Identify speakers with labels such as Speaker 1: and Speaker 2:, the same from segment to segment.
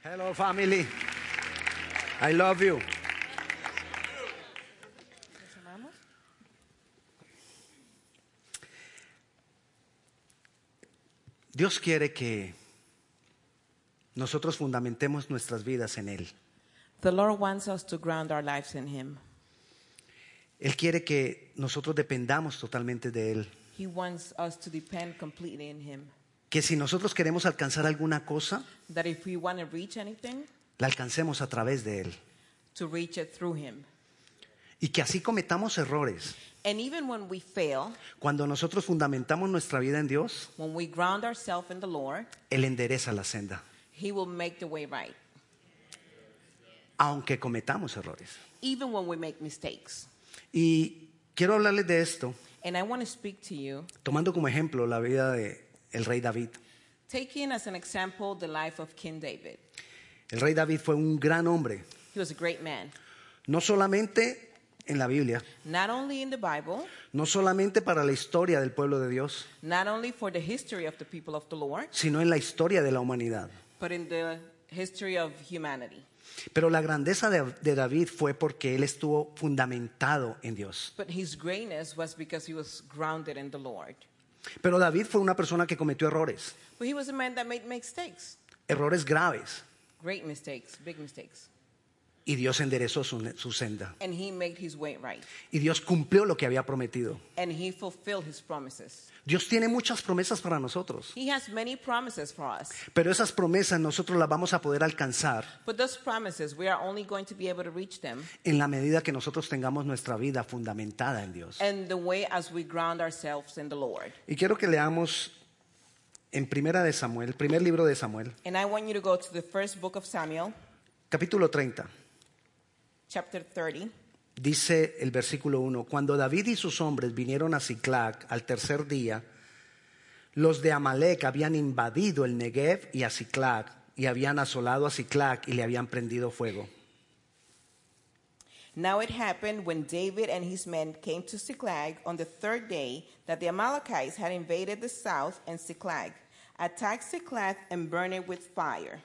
Speaker 1: Hello, family. I love you. Dios quiere que nosotros fundamentemos nuestras vidas en Él.
Speaker 2: The Lord wants us to ground our lives in Him.
Speaker 1: Él quiere que nosotros dependamos totalmente de Él.
Speaker 2: He wants us to depend completely in Him.
Speaker 1: Que si nosotros queremos alcanzar alguna cosa,
Speaker 2: That if we want to reach anything,
Speaker 1: la alcancemos a través de Él.
Speaker 2: to reach it through Him.
Speaker 1: Y que así cometamos errores.
Speaker 2: And even when we fail,
Speaker 1: Cuando nosotros fundamentamos nuestra vida en Dios,
Speaker 2: when we ground ourselves in the Lord,
Speaker 1: Él endereza la senda,
Speaker 2: He will make the way right,
Speaker 1: aunque cometamos errores.
Speaker 2: even when we make mistakes.
Speaker 1: Y quiero hablarles de esto,
Speaker 2: And I want to speak to you,
Speaker 1: tomando como ejemplo la vida de el rey David.
Speaker 2: taking as an example the life of King David.
Speaker 1: El rey David fue un gran hombre,
Speaker 2: He was a great man,
Speaker 1: no solamente en la Biblia,
Speaker 2: not only in the Bible,
Speaker 1: no solamente para la historia del pueblo de Dios,
Speaker 2: not only for the history of the people of the Lord,
Speaker 1: sino en la historia de la humanidad.
Speaker 2: but in the history of humanity.
Speaker 1: Pero la grandeza de, de David fue porque él estuvo fundamentado en Dios.
Speaker 2: But his greatness was because he was grounded in the Lord.
Speaker 1: Pero David fue una persona que cometió errores,
Speaker 2: But he was a man that made mistakes,
Speaker 1: errores graves,
Speaker 2: great mistakes, big mistakes.
Speaker 1: y Dios enderezó su, su senda.
Speaker 2: And he made his way right.
Speaker 1: Y Dios cumplió lo que había prometido.
Speaker 2: And he fulfilled his promises.
Speaker 1: Dios tiene muchas promesas para nosotros,
Speaker 2: He has many promises for us.
Speaker 1: pero esas promesas nosotros las vamos a poder alcanzar
Speaker 2: But those promises, we are only going to be able to reach them.
Speaker 1: en la medida que nosotros tengamos nuestra vida fundamentada en Dios.
Speaker 2: And the way as we ground ourselves in the Lord.
Speaker 1: Y quiero que leamos en Primera de Samuel, primer libro de Samuel,
Speaker 2: And I want you to go to the first book of Samuel,
Speaker 1: capítulo 30.
Speaker 2: chapter 30.
Speaker 1: Dice el versículo 1, cuando David y sus hombres vinieron a Ciclac al tercer día, los de Amalek habían invadido el Negev y a Ciclac y habían asolado a Ciclac y le habían prendido fuego.
Speaker 2: Now it happened when David and his men came to Ziklag on the third day that the Amalekites had invaded the south and Ziklag, attacked Ziklag and burned it with fire.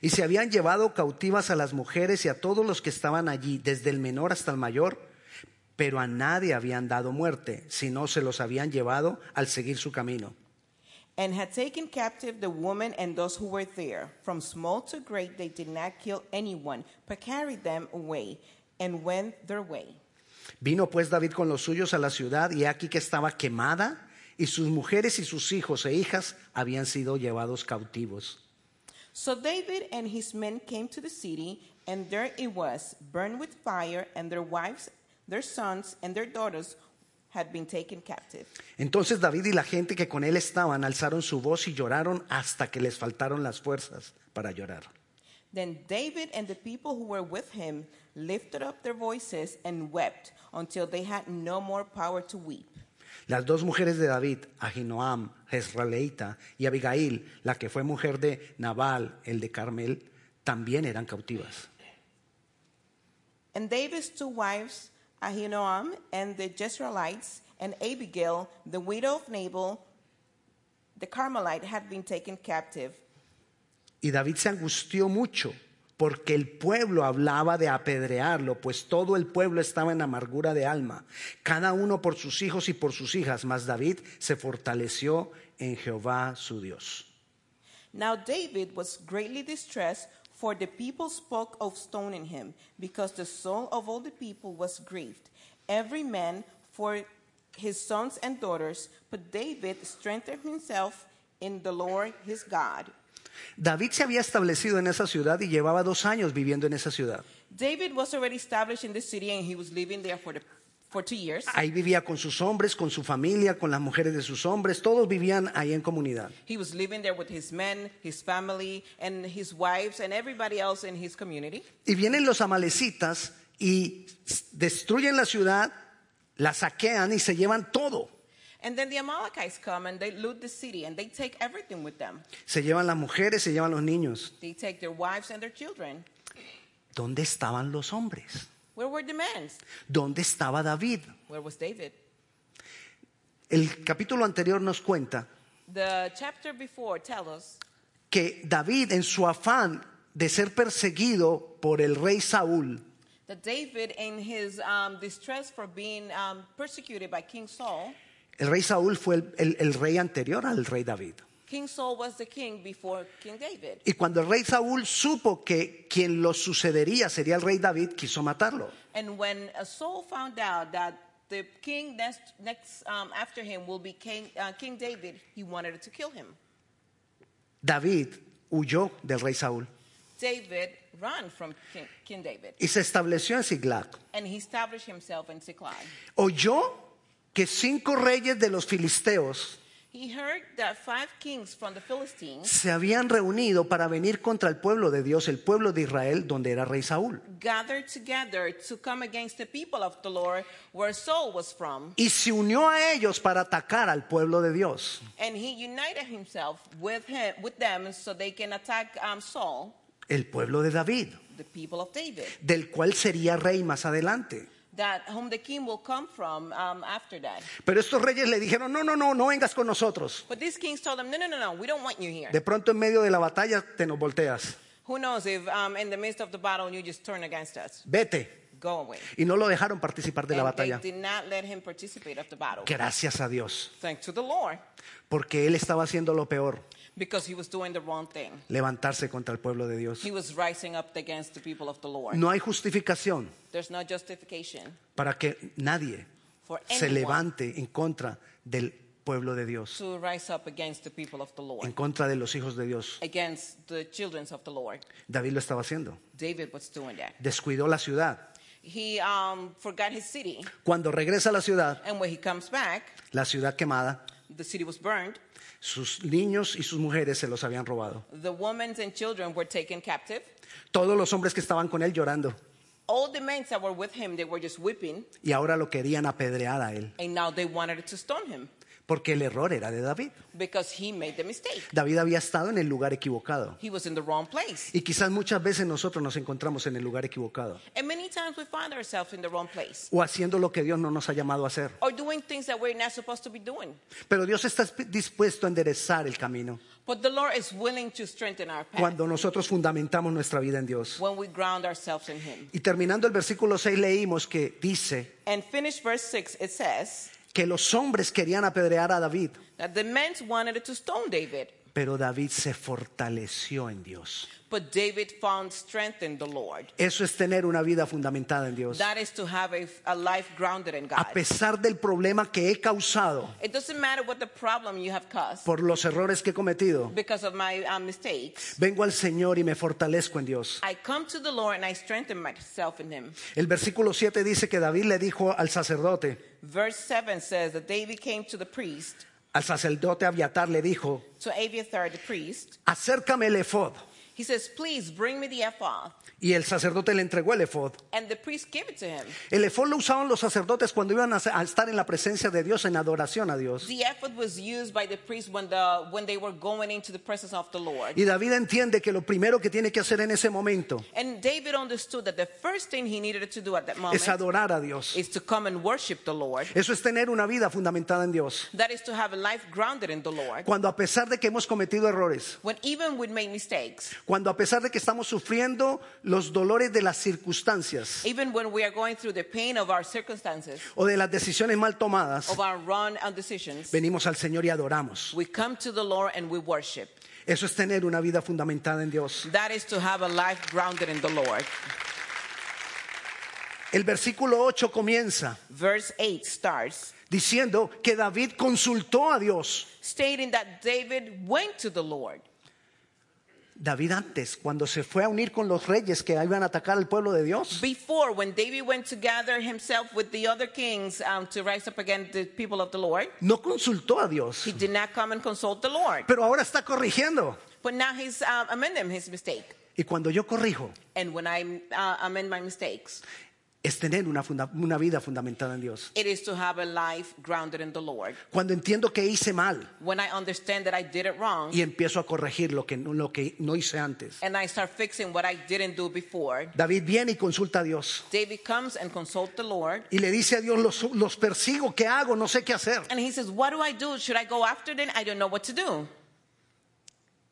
Speaker 1: Y se habían llevado cautivas a las mujeres y a todos los que estaban allí, desde el menor hasta el mayor, pero a nadie habían dado muerte, sino se los habían llevado al seguir su camino.
Speaker 2: And had taken captive the woman and those who were there. From small to great, they did not kill anyone, but carried them away and went their way.
Speaker 1: Vino pues David con los suyos a la ciudad y he aquí que estaba quemada y sus mujeres y sus hijos e hijas habían sido llevados cautivos.
Speaker 2: So David and his men came to the city, and there it was, burned with fire, and their wives, their sons, and their daughters had been taken captive.
Speaker 1: Entonces David y la gente que con él estaban alzaron su voz y lloraron hasta que les faltaron las fuerzas para llorar.
Speaker 2: Then David and the people who were with him lifted up their voices and wept until they had no more power to weep.
Speaker 1: Las dos mujeres de David, Ahinoam, Jezraeleita, y Abigail, la que fue mujer de Nabal, el de Carmel, también eran cautivas.
Speaker 2: And David's two wives, Ahinoam and the Jezreelites, and Abigail, the widow of Nabal, the Carmelite, had been taken captive.
Speaker 1: Y David se angustió mucho porque el pueblo hablaba de apedrearlo, pues todo el pueblo estaba en amargura de alma, cada uno por sus hijos y por sus hijas, mas David se fortaleció en Jehová su Dios.
Speaker 2: Now David was greatly distressed, for the people spoke of stoning him, because the soul of all the people was grieved, every man for his sons and daughters. But David strengthened himself in the Lord his God.
Speaker 1: David se había establecido en esa ciudad y llevaba dos años viviendo en esa ciudad.
Speaker 2: David was already established in the city, and he was living there for, the, for two years.
Speaker 1: Ahí vivía con sus hombres, con su familia, con las mujeres de sus hombres, todos vivían ahí en comunidad.
Speaker 2: He was living there with his men, his family, and his wives, and everybody else in his community.
Speaker 1: Y vienen los amalecitas y destruyen la ciudad, la saquean y se llevan todo.
Speaker 2: And then the Amalekites come and they loot the city and they take everything with them.
Speaker 1: Se llevan las mujeres, se llevan los niños.
Speaker 2: They take their wives and their children.
Speaker 1: ¿Dónde estaban los hombres?
Speaker 2: Where were the men?
Speaker 1: ¿Dónde estaba David?
Speaker 2: Where was David?
Speaker 1: El capítulo anterior nos cuenta
Speaker 2: The chapter before tells us
Speaker 1: que David en su afán de ser perseguido por el rey Saúl,
Speaker 2: That David, in his um, distress for being um, persecuted by King Saul,
Speaker 1: el rey Saúl fue el, el- el rey anterior al rey David.
Speaker 2: King Saul was the king before King David.
Speaker 1: Y cuando el rey Saúl supo que quien lo sucedería sería el rey David, quiso matarlo.
Speaker 2: And when uh, Saul found out that the king next, next um, after him will be King, uh, king David, he wanted to kill him.
Speaker 1: David huyó del rey Saúl
Speaker 2: David ran from King, king David,
Speaker 1: y se estableció en Siglac.
Speaker 2: and he established himself in Ziklag.
Speaker 1: Oyó que cinco reyes de los filisteos
Speaker 2: He heard that five kings from the Philistines
Speaker 1: se habían reunido para venir contra el pueblo de Dios, el pueblo de Israel, donde era rey Saúl.
Speaker 2: gathered together to come against the people of the Lord where Saul was from,
Speaker 1: Y se unió a ellos para atacar al pueblo de Dios.
Speaker 2: and he united himself with him with them so they can attack um, Saul,
Speaker 1: el pueblo de David,
Speaker 2: the people of David,
Speaker 1: del cual sería rey más adelante.
Speaker 2: that whom the king will come from um, after that.
Speaker 1: Pero estos reyes le dijeron, no, no, no, no vengas con nosotros.
Speaker 2: But these kings told them, no, no, no, no, we don't want you here.
Speaker 1: De pronto en medio de la batalla te nos volteas,
Speaker 2: Who knows if um, in the midst of the battle you just turn against us?
Speaker 1: vete.
Speaker 2: Go away.
Speaker 1: Y no lo dejaron participar de la
Speaker 2: And they
Speaker 1: batalla.
Speaker 2: did not let him participate of the battle.
Speaker 1: Gracias a Dios,
Speaker 2: Thanks to the Lord,
Speaker 1: porque él estaba haciendo lo peor,
Speaker 2: because he was doing the wrong thing.
Speaker 1: levantarse contra el pueblo de Dios.
Speaker 2: He was rising up against the people of the Lord.
Speaker 1: No hay justificación
Speaker 2: There's no justification
Speaker 1: para que nadie
Speaker 2: for
Speaker 1: se
Speaker 2: anyone
Speaker 1: levante en contra del pueblo de Dios,
Speaker 2: to rise up against the people of the
Speaker 1: en
Speaker 2: Lord,
Speaker 1: contra de los hijos de Dios.
Speaker 2: against the children of the Lord.
Speaker 1: David lo estaba haciendo.
Speaker 2: David was doing that.
Speaker 1: Descuidó la ciudad.
Speaker 2: He um, forgot his city,
Speaker 1: Cuando regresa a la ciudad,
Speaker 2: and when he comes back,
Speaker 1: la ciudad quemada,
Speaker 2: the city was burned.
Speaker 1: sus niños y sus mujeres se los habían robado.
Speaker 2: The women and children were taken captive.
Speaker 1: Todos los hombres que estaban con él llorando
Speaker 2: All the men that were with him, they were just whipping,
Speaker 1: y ahora lo querían apedrear a él,
Speaker 2: and now they wanted to stone him
Speaker 1: porque el error era de David.
Speaker 2: because he made the mistake.
Speaker 1: David había estado en el lugar equivocado
Speaker 2: He was in the wrong place.
Speaker 1: y quizás muchas veces nosotros nos encontramos en el lugar equivocado
Speaker 2: And many times we find ourselves in the wrong place
Speaker 1: o haciendo lo que Dios no nos ha llamado a hacer.
Speaker 2: or doing things that we're not supposed to be doing.
Speaker 1: Pero Dios está dispuesto a enderezar el camino
Speaker 2: But the Lord is willing to strengthen our path
Speaker 1: cuando nosotros fundamentamos nuestra vida en Dios.
Speaker 2: when we ground ourselves in Him.
Speaker 1: Y terminando el versículo 6 leímos que dice
Speaker 2: And finish verse 6, it says
Speaker 1: que los hombres querían apedrear a David,
Speaker 2: that the men wanted to stone David,
Speaker 1: pero David se fortaleció en Dios.
Speaker 2: but David found strength in the Lord.
Speaker 1: Eso es tener una vida fundamentada en Dios.
Speaker 2: That is to have a, a life grounded in
Speaker 1: A
Speaker 2: God.
Speaker 1: pesar del problema que he causado
Speaker 2: It doesn't matter what the problem you have caused
Speaker 1: por los errores que he cometido,
Speaker 2: because of my uh, mistakes.
Speaker 1: vengo al Señor y me fortalezco en Dios.
Speaker 2: I come to the Lord and I strengthen myself in Him.
Speaker 1: El versículo 7 dice que David le dijo al sacerdote,
Speaker 2: Verse 7 says that David came to the priest,
Speaker 1: al sacerdote Abiatar le dijo,
Speaker 2: to Abiathar the priest.
Speaker 1: acércame el efod.
Speaker 2: He says, Please bring me the ephod.
Speaker 1: Y el sacerdote le entregó el efod.
Speaker 2: And the priest gave it to him.
Speaker 1: El efod lo usaban los sacerdotes cuando iban a a estar en la presencia de Dios en adoración a Dios.
Speaker 2: The effort was used by the priests when, the, when they were going into the presence of the Lord.
Speaker 1: Y David entiende que lo primero que tiene que hacer en ese momento
Speaker 2: And David understood that the first thing he needed to do at that moment
Speaker 1: es adorar a Dios.
Speaker 2: is to come and worship the Lord.
Speaker 1: Eso es tener una vida fundamentada en Dios.
Speaker 2: That is to have a life grounded in the Lord.
Speaker 1: Cuando a pesar de que hemos cometido errores,
Speaker 2: When even we make mistakes,
Speaker 1: cuando a pesar de que estamos sufriendo los dolores de las circunstancias
Speaker 2: even when we are going through the pain of our circumstances,
Speaker 1: o de las decisiones mal tomadas,
Speaker 2: of our wrong decisions,
Speaker 1: venimos al Señor y adoramos.
Speaker 2: we come to the Lord and we worship.
Speaker 1: Eso es tener una vida fundamentada en Dios.
Speaker 2: That is to have a life grounded in the Lord.
Speaker 1: El versículo 8 comienza
Speaker 2: Verse 8 starts
Speaker 1: diciendo que David consultó a Dios.
Speaker 2: stating that David went to the Lord.
Speaker 1: David antes, cuando se fue a unir con los reyes que iban a atacar al pueblo de Dios,
Speaker 2: Before, when David went to gather himself with the other kings um, to rise up against the people of the Lord,
Speaker 1: no consultó a
Speaker 2: he
Speaker 1: Dios,
Speaker 2: did not come and consult the Lord.
Speaker 1: pero ahora está corrigiendo.
Speaker 2: But now he's um, amending his mistake.
Speaker 1: Y cuando yo corrijo,
Speaker 2: And when I uh, amend my mistakes,
Speaker 1: es tener una, funda- una vida fundamentada en Dios.
Speaker 2: it is to have a life grounded in the Lord.
Speaker 1: Cuando entiendo que hice mal,
Speaker 2: When I understand that I did it wrong
Speaker 1: y empiezo a corregir lo que, no- lo que no hice antes.
Speaker 2: and I start fixing what I didn't do before,
Speaker 1: David viene y consulta a Dios
Speaker 2: David comes and consults the Lord.
Speaker 1: y le dice a Dios, los, los persigo, ¿qué hago? No sé qué hacer.
Speaker 2: And he says, What do I do? Should I go after them? I don't know what to do.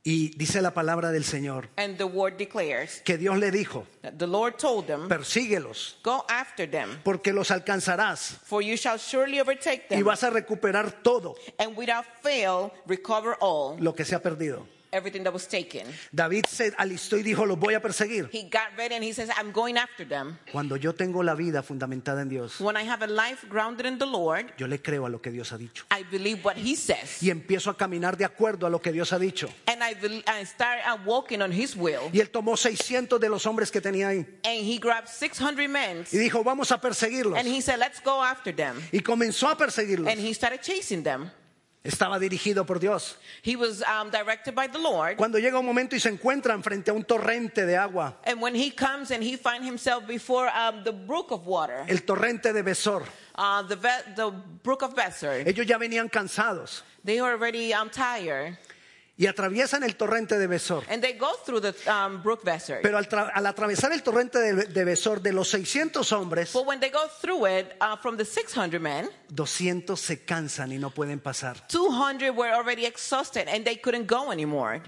Speaker 1: Y dice la palabra del Señor
Speaker 2: And the word declares
Speaker 1: que Dios le dijo,
Speaker 2: that the Lord told them,
Speaker 1: persíguelos,
Speaker 2: Go after them,
Speaker 1: porque los alcanzarás
Speaker 2: for you shall surely overtake
Speaker 1: y
Speaker 2: them,
Speaker 1: vas a recuperar todo
Speaker 2: and without fail recover all,
Speaker 1: lo que se ha perdido.
Speaker 2: everything that was taken.
Speaker 1: David se alistó y dijo, los voy a perseguir.
Speaker 2: He got ready and he says, I'm going after them.
Speaker 1: Cuando yo tengo la vida fundamentada en Dios,
Speaker 2: When I have a life grounded in the Lord,
Speaker 1: yo le creo a lo que Dios ha dicho.
Speaker 2: I believe what he says.
Speaker 1: Y empiezo a caminar de acuerdo a lo que Dios ha dicho.
Speaker 2: And I, bel I start uh, walking on his will.
Speaker 1: Y él tomó 600 de los hombres que tenía ahí
Speaker 2: And he grabbed 600 men
Speaker 1: y dijo, vamos a perseguirlos.
Speaker 2: and he said, Let's go after them.
Speaker 1: Y comenzó a perseguirlos.
Speaker 2: And he started chasing them.
Speaker 1: Estaba dirigido por Dios.
Speaker 2: He was um, directed by the Lord.
Speaker 1: Cuando llega un momento y se encuentran frente a un torrente de agua,
Speaker 2: And when he comes and he finds himself before um, the brook of water,
Speaker 1: el torrente de Besor,
Speaker 2: uh, the, ve- the brook of Besser,
Speaker 1: ellos ya venían cansados
Speaker 2: they are already um, tired.
Speaker 1: y atraviesan el torrente de Besor.
Speaker 2: And they go through the um, brook Besser.
Speaker 1: Pero al, tra- al atravesar el torrente de, de Besor, de los 600 hombres,
Speaker 2: But when they go through it, uh, from the 600 men,
Speaker 1: 200 se cansan y no pueden pasar.
Speaker 2: 200 were already exhausted and they couldn't go anymore.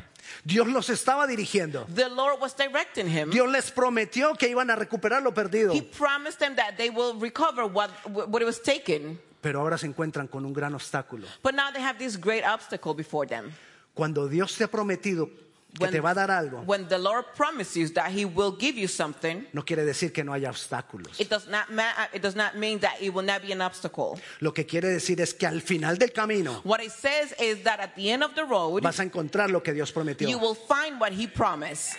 Speaker 1: Dios los estaba dirigiendo.
Speaker 2: The Lord was directing him.
Speaker 1: Dios les prometió que iban a recuperar lo perdido.
Speaker 2: He promised them that they will recover what, what was taken.
Speaker 1: Pero ahora se encuentran con un gran obstáculo.
Speaker 2: But now they have this great obstacle before them.
Speaker 1: Cuando Dios te ha prometido que
Speaker 2: When-
Speaker 1: te va a dar algo,
Speaker 2: When the Lord promises that He will give you something,
Speaker 1: no quiere decir que no haya obstáculos.
Speaker 2: it does not ma- it does not mean that it will not be an obstacle.
Speaker 1: Lo que quiere decir es que al final del camino
Speaker 2: What it says is that at the end of the road,
Speaker 1: vas a encontrar lo que Dios
Speaker 2: you
Speaker 1: prometió.
Speaker 2: will find what He promised.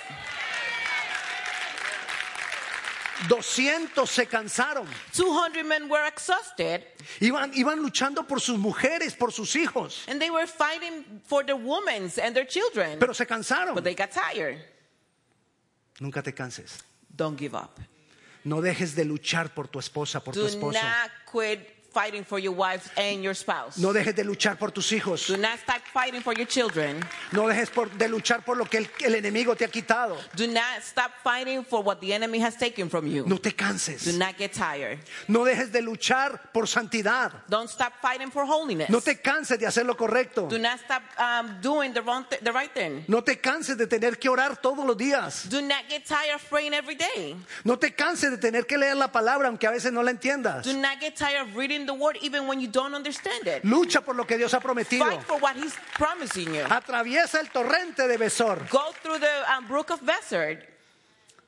Speaker 1: 200 se cansaron.
Speaker 2: 200 men were exhausted,
Speaker 1: Iban, iban luchando por sus mujeres, por sus hijos.
Speaker 2: and they were fighting for their women and their children,
Speaker 1: Pero se cansaron.
Speaker 2: but they got tired.
Speaker 1: Nunca te canses.
Speaker 2: Don't give up.
Speaker 1: No dejes de luchar por tu esposa, por tu
Speaker 2: Do
Speaker 1: esposo.
Speaker 2: not quit fighting for your wives and your spouse.
Speaker 1: No dejes de luchar por tus hijos.
Speaker 2: Do not stop fighting for your children.
Speaker 1: No dejes por- de luchar por lo que el, el enemigo te ha quitado.
Speaker 2: Do not stop fighting for what the enemy has taken from you.
Speaker 1: No te
Speaker 2: Do
Speaker 1: canses.
Speaker 2: not get tired.
Speaker 1: No dejes de luchar por santidad.
Speaker 2: Don't stop fighting for holiness.
Speaker 1: No te canses de hacer lo correcto.
Speaker 2: Do not stop um, doing the wrong, th- the right thing.
Speaker 1: No te canses de tener que orar todos los días.
Speaker 2: Do not get tired of praying every day.
Speaker 1: No te canses de tener que leer la palabra aunque a veces no la entiendas.
Speaker 2: Do not get tired of reading the word even when you don't understand it.
Speaker 1: Lucha por lo que Dios ha prometido.
Speaker 2: Fight for what he's promising you.
Speaker 1: Atraviesa el torrente de Besor.
Speaker 2: Go through the um, brook of Besard.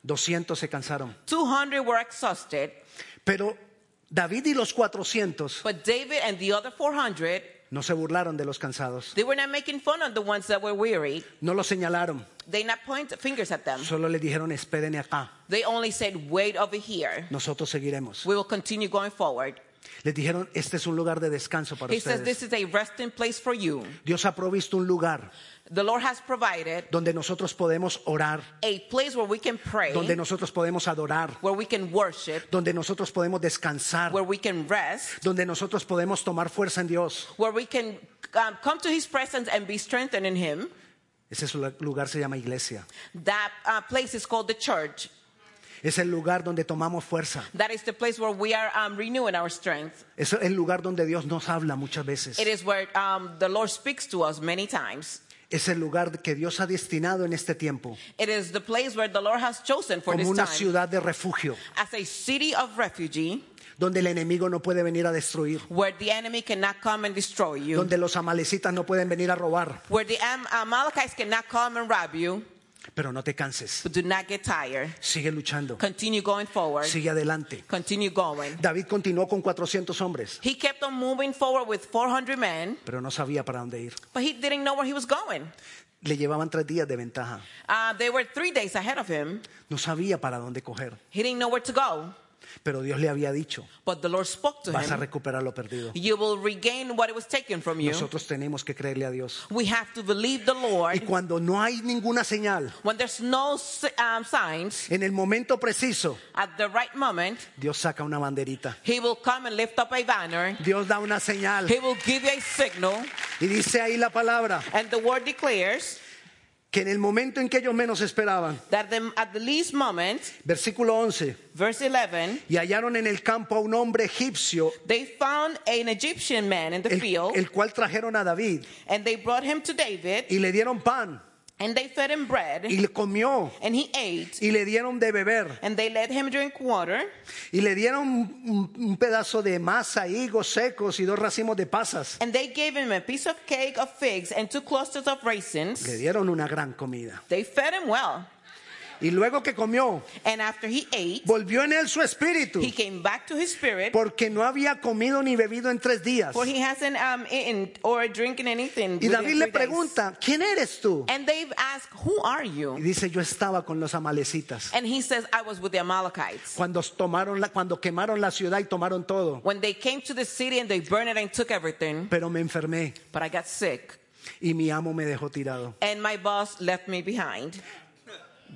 Speaker 1: 200 se cansaron.
Speaker 2: 200 were exhausted,
Speaker 1: Pero David y los 400
Speaker 2: but David and the other 400,
Speaker 1: no se burlaron de los cansados.
Speaker 2: they were not making fun of the ones that were weary.
Speaker 1: No los señalaron.
Speaker 2: They not point fingers at them.
Speaker 1: Solo les dijeron, espérenme acá.
Speaker 2: They only said, wait over here.
Speaker 1: Nosotros seguiremos.
Speaker 2: We will continue going forward.
Speaker 1: Les dijeron, este es un lugar de descanso para
Speaker 2: He says,
Speaker 1: ustedes.
Speaker 2: This is a resting place for you.
Speaker 1: Dios ha provisto un lugar
Speaker 2: The Lord has provided
Speaker 1: donde nosotros podemos orar,
Speaker 2: a place where we can pray,
Speaker 1: donde nosotros podemos adorar,
Speaker 2: where we can worship,
Speaker 1: donde nosotros podemos descansar,
Speaker 2: where we can rest,
Speaker 1: donde nosotros podemos tomar fuerza en Dios.
Speaker 2: where we can um, come to His presence and be strengthened in Him.
Speaker 1: Ese es lu- lugar se llama iglesia.
Speaker 2: That uh, place is called the church.
Speaker 1: Es el lugar donde tomamos fuerza.
Speaker 2: That is the place where we are um, renewing our strength.
Speaker 1: Es el lugar donde Dios nos habla muchas veces.
Speaker 2: It is where um, the Lord speaks to us many times.
Speaker 1: Es el lugar que Dios ha destinado en este tiempo
Speaker 2: It is the place where the Lord has chosen for
Speaker 1: como
Speaker 2: this
Speaker 1: una
Speaker 2: time
Speaker 1: ciudad de refugio,
Speaker 2: as a city of refugee
Speaker 1: donde el enemigo no puede venir a destruir,
Speaker 2: where the enemy cannot come and destroy you.
Speaker 1: donde los amalecitas no pueden venir a robar.
Speaker 2: where the Am- Amalekites cannot come and rob you,
Speaker 1: Pero no te canses,
Speaker 2: but do not get tired.
Speaker 1: sigue luchando,
Speaker 2: Continue going forward.
Speaker 1: sigue adelante.
Speaker 2: Continue going.
Speaker 1: David continuó con 400 hombres,
Speaker 2: He kept on moving forward with 400 men,
Speaker 1: pero no sabía para dónde ir.
Speaker 2: but he didn't know where he was going.
Speaker 1: Le llevaban tres días de ventaja,
Speaker 2: Uh, they were three days ahead of him.
Speaker 1: no sabía para dónde coger,
Speaker 2: He didn't know where to go,
Speaker 1: pero Dios le había dicho,
Speaker 2: but the Lord spoke to
Speaker 1: vas a
Speaker 2: him.
Speaker 1: recuperar lo perdido.
Speaker 2: You will regain what was taken from you.
Speaker 1: Nosotros tenemos que creerle a Dios.
Speaker 2: We have to believe the
Speaker 1: Y
Speaker 2: Lord.
Speaker 1: cuando no hay ninguna señal,
Speaker 2: When there's no s- um, signs,
Speaker 1: en el momento preciso,
Speaker 2: at the right moment,
Speaker 1: Dios saca una banderita.
Speaker 2: he will come and lift up a banner.
Speaker 1: Dios da una señal
Speaker 2: He will give you a signal,
Speaker 1: y dice ahí la palabra
Speaker 2: and the word declares
Speaker 1: que en el momento en que ellos menos esperaban,
Speaker 2: that the, at the least moment,
Speaker 1: versículo 11,
Speaker 2: verse 11,
Speaker 1: y hallaron en el campo a un hombre egipcio,
Speaker 2: they found an Egyptian man in the
Speaker 1: el,
Speaker 2: field,
Speaker 1: el cual trajeron a David
Speaker 2: and they brought him to David,
Speaker 1: y le dieron pan
Speaker 2: And they fed him bread,
Speaker 1: y le comió
Speaker 2: and he ate,
Speaker 1: y le dieron de beber
Speaker 2: and they let him drink water,
Speaker 1: y le dieron un, un pedazo de masa, higos secos y dos racimos de pasas.
Speaker 2: and they gave him a piece of cake of figs and two clusters of raisins.
Speaker 1: Le dieron una gran comida.
Speaker 2: They fed him well.
Speaker 1: Y luego que comió,
Speaker 2: And after he ate,
Speaker 1: volvió en él su espíritu,
Speaker 2: he came back to his spirit,
Speaker 1: porque no había comido ni bebido en tres días.
Speaker 2: for he hasn't um, eaten or drinking anything.
Speaker 1: Y
Speaker 2: within
Speaker 1: David le
Speaker 2: three days.
Speaker 1: pregunta, ¿quién eres tú?
Speaker 2: And they've asked, Who are
Speaker 1: Y
Speaker 2: you?
Speaker 1: dice, yo estaba con los amalecitas.
Speaker 2: And he says, I was with the Amalekites.
Speaker 1: Cuando, tomaron la, cuando quemaron la ciudad y tomaron todo,
Speaker 2: When they came to the city and they burned it and took everything,
Speaker 1: pero me enfermé
Speaker 2: but I got sick,
Speaker 1: y mi amo me dejó tirado.
Speaker 2: and my boss left me behind.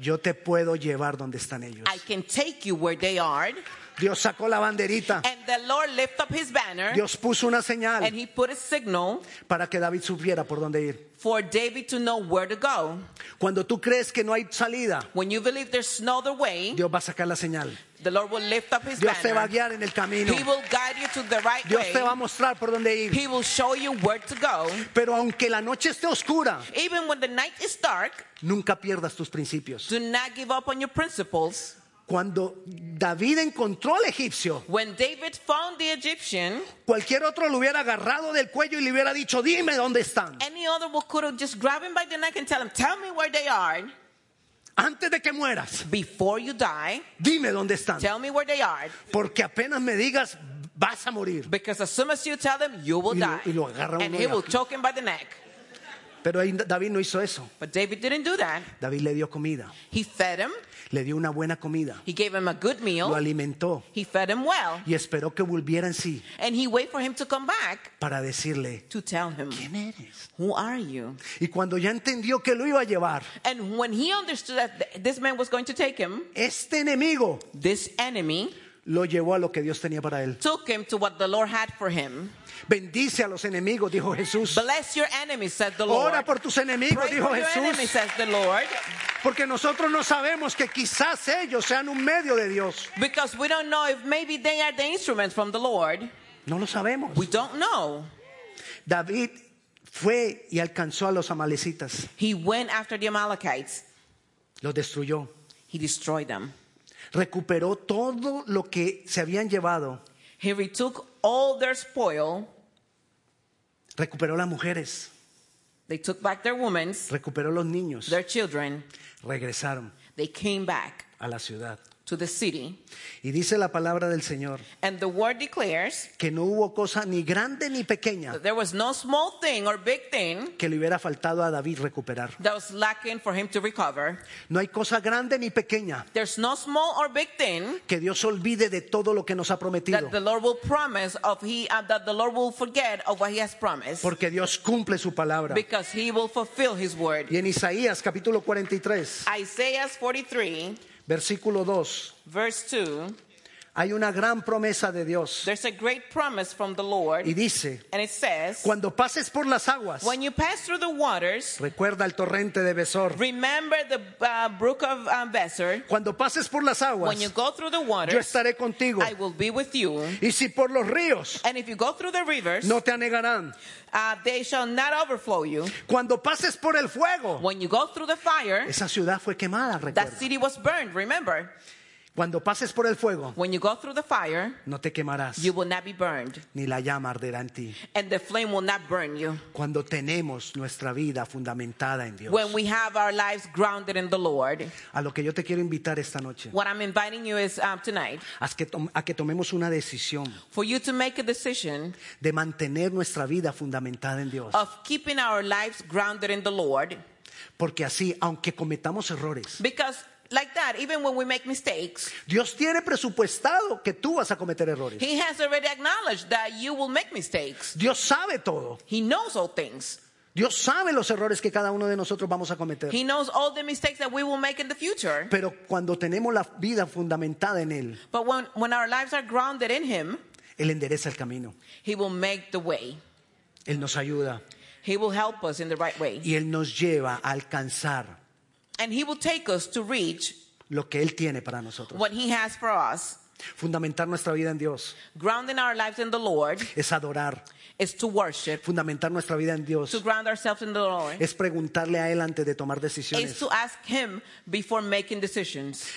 Speaker 1: Yo te puedo llevar donde están ellos.
Speaker 2: I can take you where they are.
Speaker 1: Dios sacó la banderita.
Speaker 2: And the Lord lift up his banner
Speaker 1: Dios puso una
Speaker 2: and
Speaker 1: señal
Speaker 2: he put a signal
Speaker 1: para que David supiera por dónde ir.
Speaker 2: for David to know where to go.
Speaker 1: Cuando tú crees que no hay salida,
Speaker 2: When you believe there's no other way,
Speaker 1: Dios va a sacar la señal.
Speaker 2: the Lord will lift up his
Speaker 1: Dios te va a
Speaker 2: banner.
Speaker 1: guiar en el camino.
Speaker 2: He will guide you to the right
Speaker 1: Dios te va a
Speaker 2: way.
Speaker 1: mostrar por dónde ir.
Speaker 2: He will show you where to go.
Speaker 1: Pero aunque la noche esté oscura,
Speaker 2: Even when the night is dark,
Speaker 1: nunca pierdas tus principios.
Speaker 2: do not give up on your principles.
Speaker 1: Cuando David encontró al egipcio,
Speaker 2: When David found the Egyptian,
Speaker 1: cualquier otro lo hubiera agarrado del cuello y le hubiera dicho, dime dónde están.
Speaker 2: any other one could have just grabbed him by the neck and tell him, Tell me where they are
Speaker 1: Antes de que mueras,
Speaker 2: before you die.
Speaker 1: dime dónde están.
Speaker 2: Tell me where they are.
Speaker 1: Porque apenas me digas, vas a morir.
Speaker 2: Because as soon as you tell him, you will
Speaker 1: Y lo-
Speaker 2: die.
Speaker 1: y lo agarra
Speaker 2: and
Speaker 1: uno de
Speaker 2: he will
Speaker 1: aquí.
Speaker 2: choke him by the neck.
Speaker 1: Pero ahí David no hizo eso.
Speaker 2: But David didn't do that.
Speaker 1: David le dio comida,
Speaker 2: He fed him,
Speaker 1: le dio una buena comida,
Speaker 2: he gave him a good
Speaker 1: lo
Speaker 2: meal,
Speaker 1: alimentó
Speaker 2: he fed him well,
Speaker 1: y esperó que volviera en sí
Speaker 2: and he waited for him to come back
Speaker 1: para decirle,
Speaker 2: to tell him,
Speaker 1: ¿quién eres?
Speaker 2: Who are you?
Speaker 1: Y cuando ya entendió que lo iba a llevar,
Speaker 2: And when he understood that th- this man was going to take him,
Speaker 1: este enemigo
Speaker 2: this enemy
Speaker 1: lo llevó a lo que Dios tenía para él.
Speaker 2: took him to what the Lord had for him.
Speaker 1: Bendice a los enemigos, dijo Jesús.
Speaker 2: Bless your enemies, said the Lord.
Speaker 1: Ora por tus enemigos,
Speaker 2: Pray
Speaker 1: dijo
Speaker 2: for your
Speaker 1: Jesús.
Speaker 2: enemies, says the Lord.
Speaker 1: Porque nosotros no sabemos que quizás ellos sean un medio de Dios.
Speaker 2: Because we don't know if maybe they are the instruments from the Lord.
Speaker 1: No lo sabemos.
Speaker 2: We don't know.
Speaker 1: David fue y alcanzó a los amalecitas,
Speaker 2: He went after the Amalekites.
Speaker 1: los destruyó,
Speaker 2: He destroyed them.
Speaker 1: recuperó todo lo que se habían llevado,
Speaker 2: He retook all their spoil.
Speaker 1: recuperó las mujeres,
Speaker 2: They took back their women's,
Speaker 1: recuperó los niños,
Speaker 2: their children.
Speaker 1: regresaron
Speaker 2: They came back
Speaker 1: a la ciudad.
Speaker 2: to the city.
Speaker 1: Y dice la palabra del Señor
Speaker 2: And the word declares
Speaker 1: que no hubo cosa ni grande ni pequeña
Speaker 2: that there was no small thing or big thing
Speaker 1: que le hubiera faltado a David recuperar.
Speaker 2: that was lacking for him to recover.
Speaker 1: No hay cosa grande ni pequeña
Speaker 2: There's no small or big thing
Speaker 1: que Dios olvide de todo lo que nos ha prometido,
Speaker 2: that the Lord will promise of he uh, that the Lord will forget of what he has promised
Speaker 1: porque Dios cumple su palabra.
Speaker 2: because he will fulfill his word.
Speaker 1: Y en Isaías capítulo 43,
Speaker 2: Isaiah 43
Speaker 1: versículo 2.
Speaker 2: verse 2
Speaker 1: Hay una gran promesa de Dios
Speaker 2: there's a great promise from the
Speaker 1: y
Speaker 2: Lord
Speaker 1: dice,
Speaker 2: and it says
Speaker 1: cuando pases por las aguas,
Speaker 2: when you pass through the waters
Speaker 1: recuerda el torrente de Besor.
Speaker 2: remember the uh, brook of uh, Besor
Speaker 1: Cuando pases por las aguas,
Speaker 2: when you go through the
Speaker 1: yo
Speaker 2: waters
Speaker 1: estaré contigo.
Speaker 2: I will be with you
Speaker 1: Y si por los ríos,
Speaker 2: and if you go through the rivers
Speaker 1: no te anegarán.
Speaker 2: uh, they shall not overflow you
Speaker 1: Cuando pases por el fuego,
Speaker 2: when you go through the fire
Speaker 1: esa ciudad fue quemada,
Speaker 2: that
Speaker 1: recuerda.
Speaker 2: city was burned remember
Speaker 1: Cuando pases por el fuego,
Speaker 2: when you go through the fire
Speaker 1: no te quemarás,
Speaker 2: you will not be burned
Speaker 1: ni la llama arderá en ti.
Speaker 2: and the flame will not burn you
Speaker 1: Cuando tenemos nuestra vida fundamentada en Dios.
Speaker 2: when we have our lives grounded in the Lord.
Speaker 1: A lo que yo te quiero invitar esta noche,
Speaker 2: What I'm inviting you is um, tonight
Speaker 1: a que tom- a que tomemos una decisión.
Speaker 2: for you to make a decision
Speaker 1: de mantener nuestra vida fundamentada en Dios.
Speaker 2: of keeping our lives grounded in the Lord
Speaker 1: Porque así, aunque cometamos errores,
Speaker 2: because, like that, even when we make mistakes,
Speaker 1: Dios tiene presupuestado que tú vas a cometer errores.
Speaker 2: He has already acknowledged that you will make mistakes.
Speaker 1: Dios sabe todo.
Speaker 2: He knows all things.
Speaker 1: Dios sabe los errores que cada uno de nosotros vamos a cometer.
Speaker 2: He knows all the mistakes that we will make in the future.
Speaker 1: Pero cuando tenemos la vida fundamentada en Él,
Speaker 2: But when, when our lives are grounded in Him,
Speaker 1: Él endereza el camino.
Speaker 2: He will make the way.
Speaker 1: Él nos ayuda
Speaker 2: He will help us in the right way.
Speaker 1: y Él nos lleva a alcanzar
Speaker 2: And He will take us to reach
Speaker 1: lo que Él tiene para nosotros.
Speaker 2: what He has for us.
Speaker 1: Fundamentar nuestra vida en Dios
Speaker 2: Grounding our lives in the Lord
Speaker 1: es adorar.
Speaker 2: is to worship,
Speaker 1: Fundamentar nuestra vida en
Speaker 2: to
Speaker 1: Dios
Speaker 2: ground ourselves in the Lord,
Speaker 1: es preguntarle a Él antes de tomar
Speaker 2: is
Speaker 1: decisiones.
Speaker 2: to ask Him before making decisions.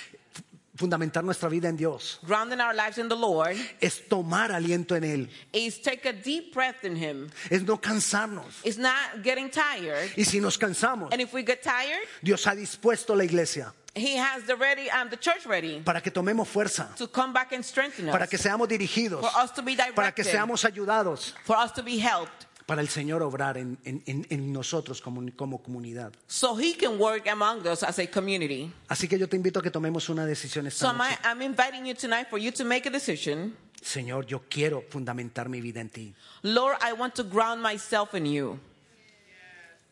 Speaker 1: Fundamentar nuestra vida en Dios
Speaker 2: Grounding our lives in the Lord
Speaker 1: es tomar aliento en Él,
Speaker 2: is take a deep breath in Him.
Speaker 1: es no cansarnos.
Speaker 2: It's not getting tired.
Speaker 1: Y si nos cansamos,
Speaker 2: And if we get tired,
Speaker 1: Dios ha dispuesto la iglesia
Speaker 2: He has the ready, um, the church ready
Speaker 1: para que tomemos fuerza,
Speaker 2: to come back and strengthen us,
Speaker 1: para que seamos dirigidos,
Speaker 2: for us to be directed,
Speaker 1: para que seamos ayudados,
Speaker 2: for us to be helped,
Speaker 1: para el Señor obrar en, en- en- en nosotros como- como comunidad.
Speaker 2: so He can work among us as a community.
Speaker 1: Así que yo te invito a que tomemos una decisión
Speaker 2: So
Speaker 1: esta
Speaker 2: am I,
Speaker 1: noche.
Speaker 2: I'm inviting you tonight for you to make a decision.
Speaker 1: Señor, yo quiero fundamentar mi vida en ti.
Speaker 2: Lord, I want to ground myself in you.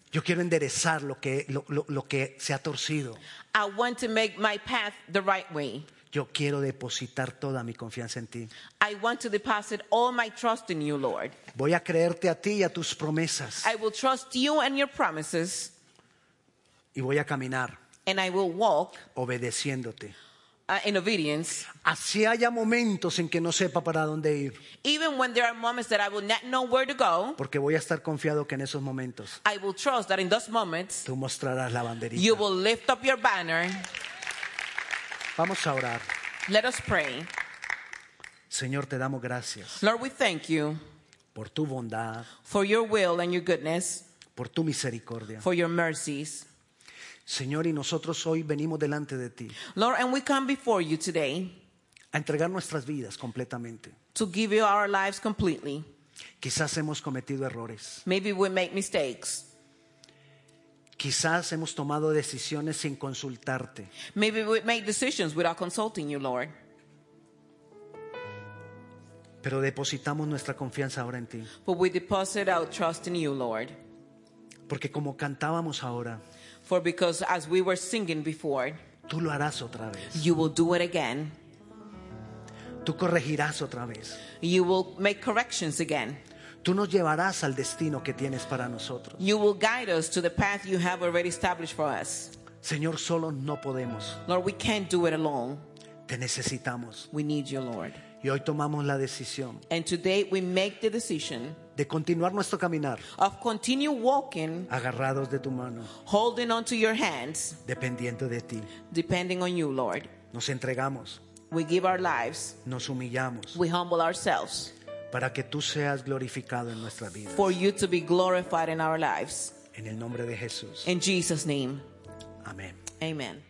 Speaker 1: Yo quiero enderezar lo que, lo, lo- lo que se ha torcido.
Speaker 2: I want to make my path the right way.
Speaker 1: Yo quiero depositar toda mi confianza en ti.
Speaker 2: I want to deposit all my trust in you, Lord.
Speaker 1: Voy a creerte a ti y a tus promesas
Speaker 2: I will trust you and your promises,
Speaker 1: y voy a caminar
Speaker 2: and I will walk
Speaker 1: obedeciéndote.
Speaker 2: uh, in obedience,
Speaker 1: Así haya momentos en que no sepa para dónde ir,
Speaker 2: even when there are moments that I will not know where to go.
Speaker 1: porque voy a estar confiado que en esos momentos
Speaker 2: I will trust that in those moments
Speaker 1: tú mostrarás la banderita.
Speaker 2: you will lift up your banner.
Speaker 1: Vamos a orar.
Speaker 2: Let us pray.
Speaker 1: Señor, te damos gracias
Speaker 2: Lord, we thank you
Speaker 1: por tu bondad,
Speaker 2: for your will and your goodness,
Speaker 1: por tu misericordia.
Speaker 2: for your mercies.
Speaker 1: Señor, y nosotros hoy venimos delante de ti
Speaker 2: Lord, and we come before you today
Speaker 1: a entregar nuestras vidas completamente.
Speaker 2: to give you our lives completely.
Speaker 1: Quizás hemos cometido errores,
Speaker 2: Maybe we make mistakes.
Speaker 1: quizás hemos tomado decisiones sin consultarte,
Speaker 2: Maybe we make decisions without consulting you, Lord.
Speaker 1: pero depositamos nuestra confianza ahora en ti.
Speaker 2: But we deposit our trust in you, Lord.
Speaker 1: Porque como cantábamos ahora,
Speaker 2: For because as we were singing before,
Speaker 1: tú lo harás otra vez,
Speaker 2: you will do it again.
Speaker 1: tú corregirás otra vez,
Speaker 2: You will make corrections again.
Speaker 1: tú nos llevarás al destino que tienes para nosotros.
Speaker 2: You will guide us to the path you have already established for us.
Speaker 1: Señor, solo no podemos,
Speaker 2: Lord, we can't do it alone.
Speaker 1: te necesitamos.
Speaker 2: We need you, Lord.
Speaker 1: Y hoy tomamos la decisión
Speaker 2: And today we make the decision
Speaker 1: de continuar nuestro caminar
Speaker 2: of continue walking,
Speaker 1: agarrados de tu mano,
Speaker 2: holding onto your hands,
Speaker 1: dependiendo de ti.
Speaker 2: depending on you, Lord.
Speaker 1: Nos entregamos,
Speaker 2: We give our lives,
Speaker 1: nos humillamos
Speaker 2: we humble ourselves
Speaker 1: para que tú seas glorificado en nuestra vida.
Speaker 2: for you to be glorified in our lives.
Speaker 1: En el nombre de Jesús.
Speaker 2: In Jesus' name,
Speaker 1: Amén.
Speaker 2: amen.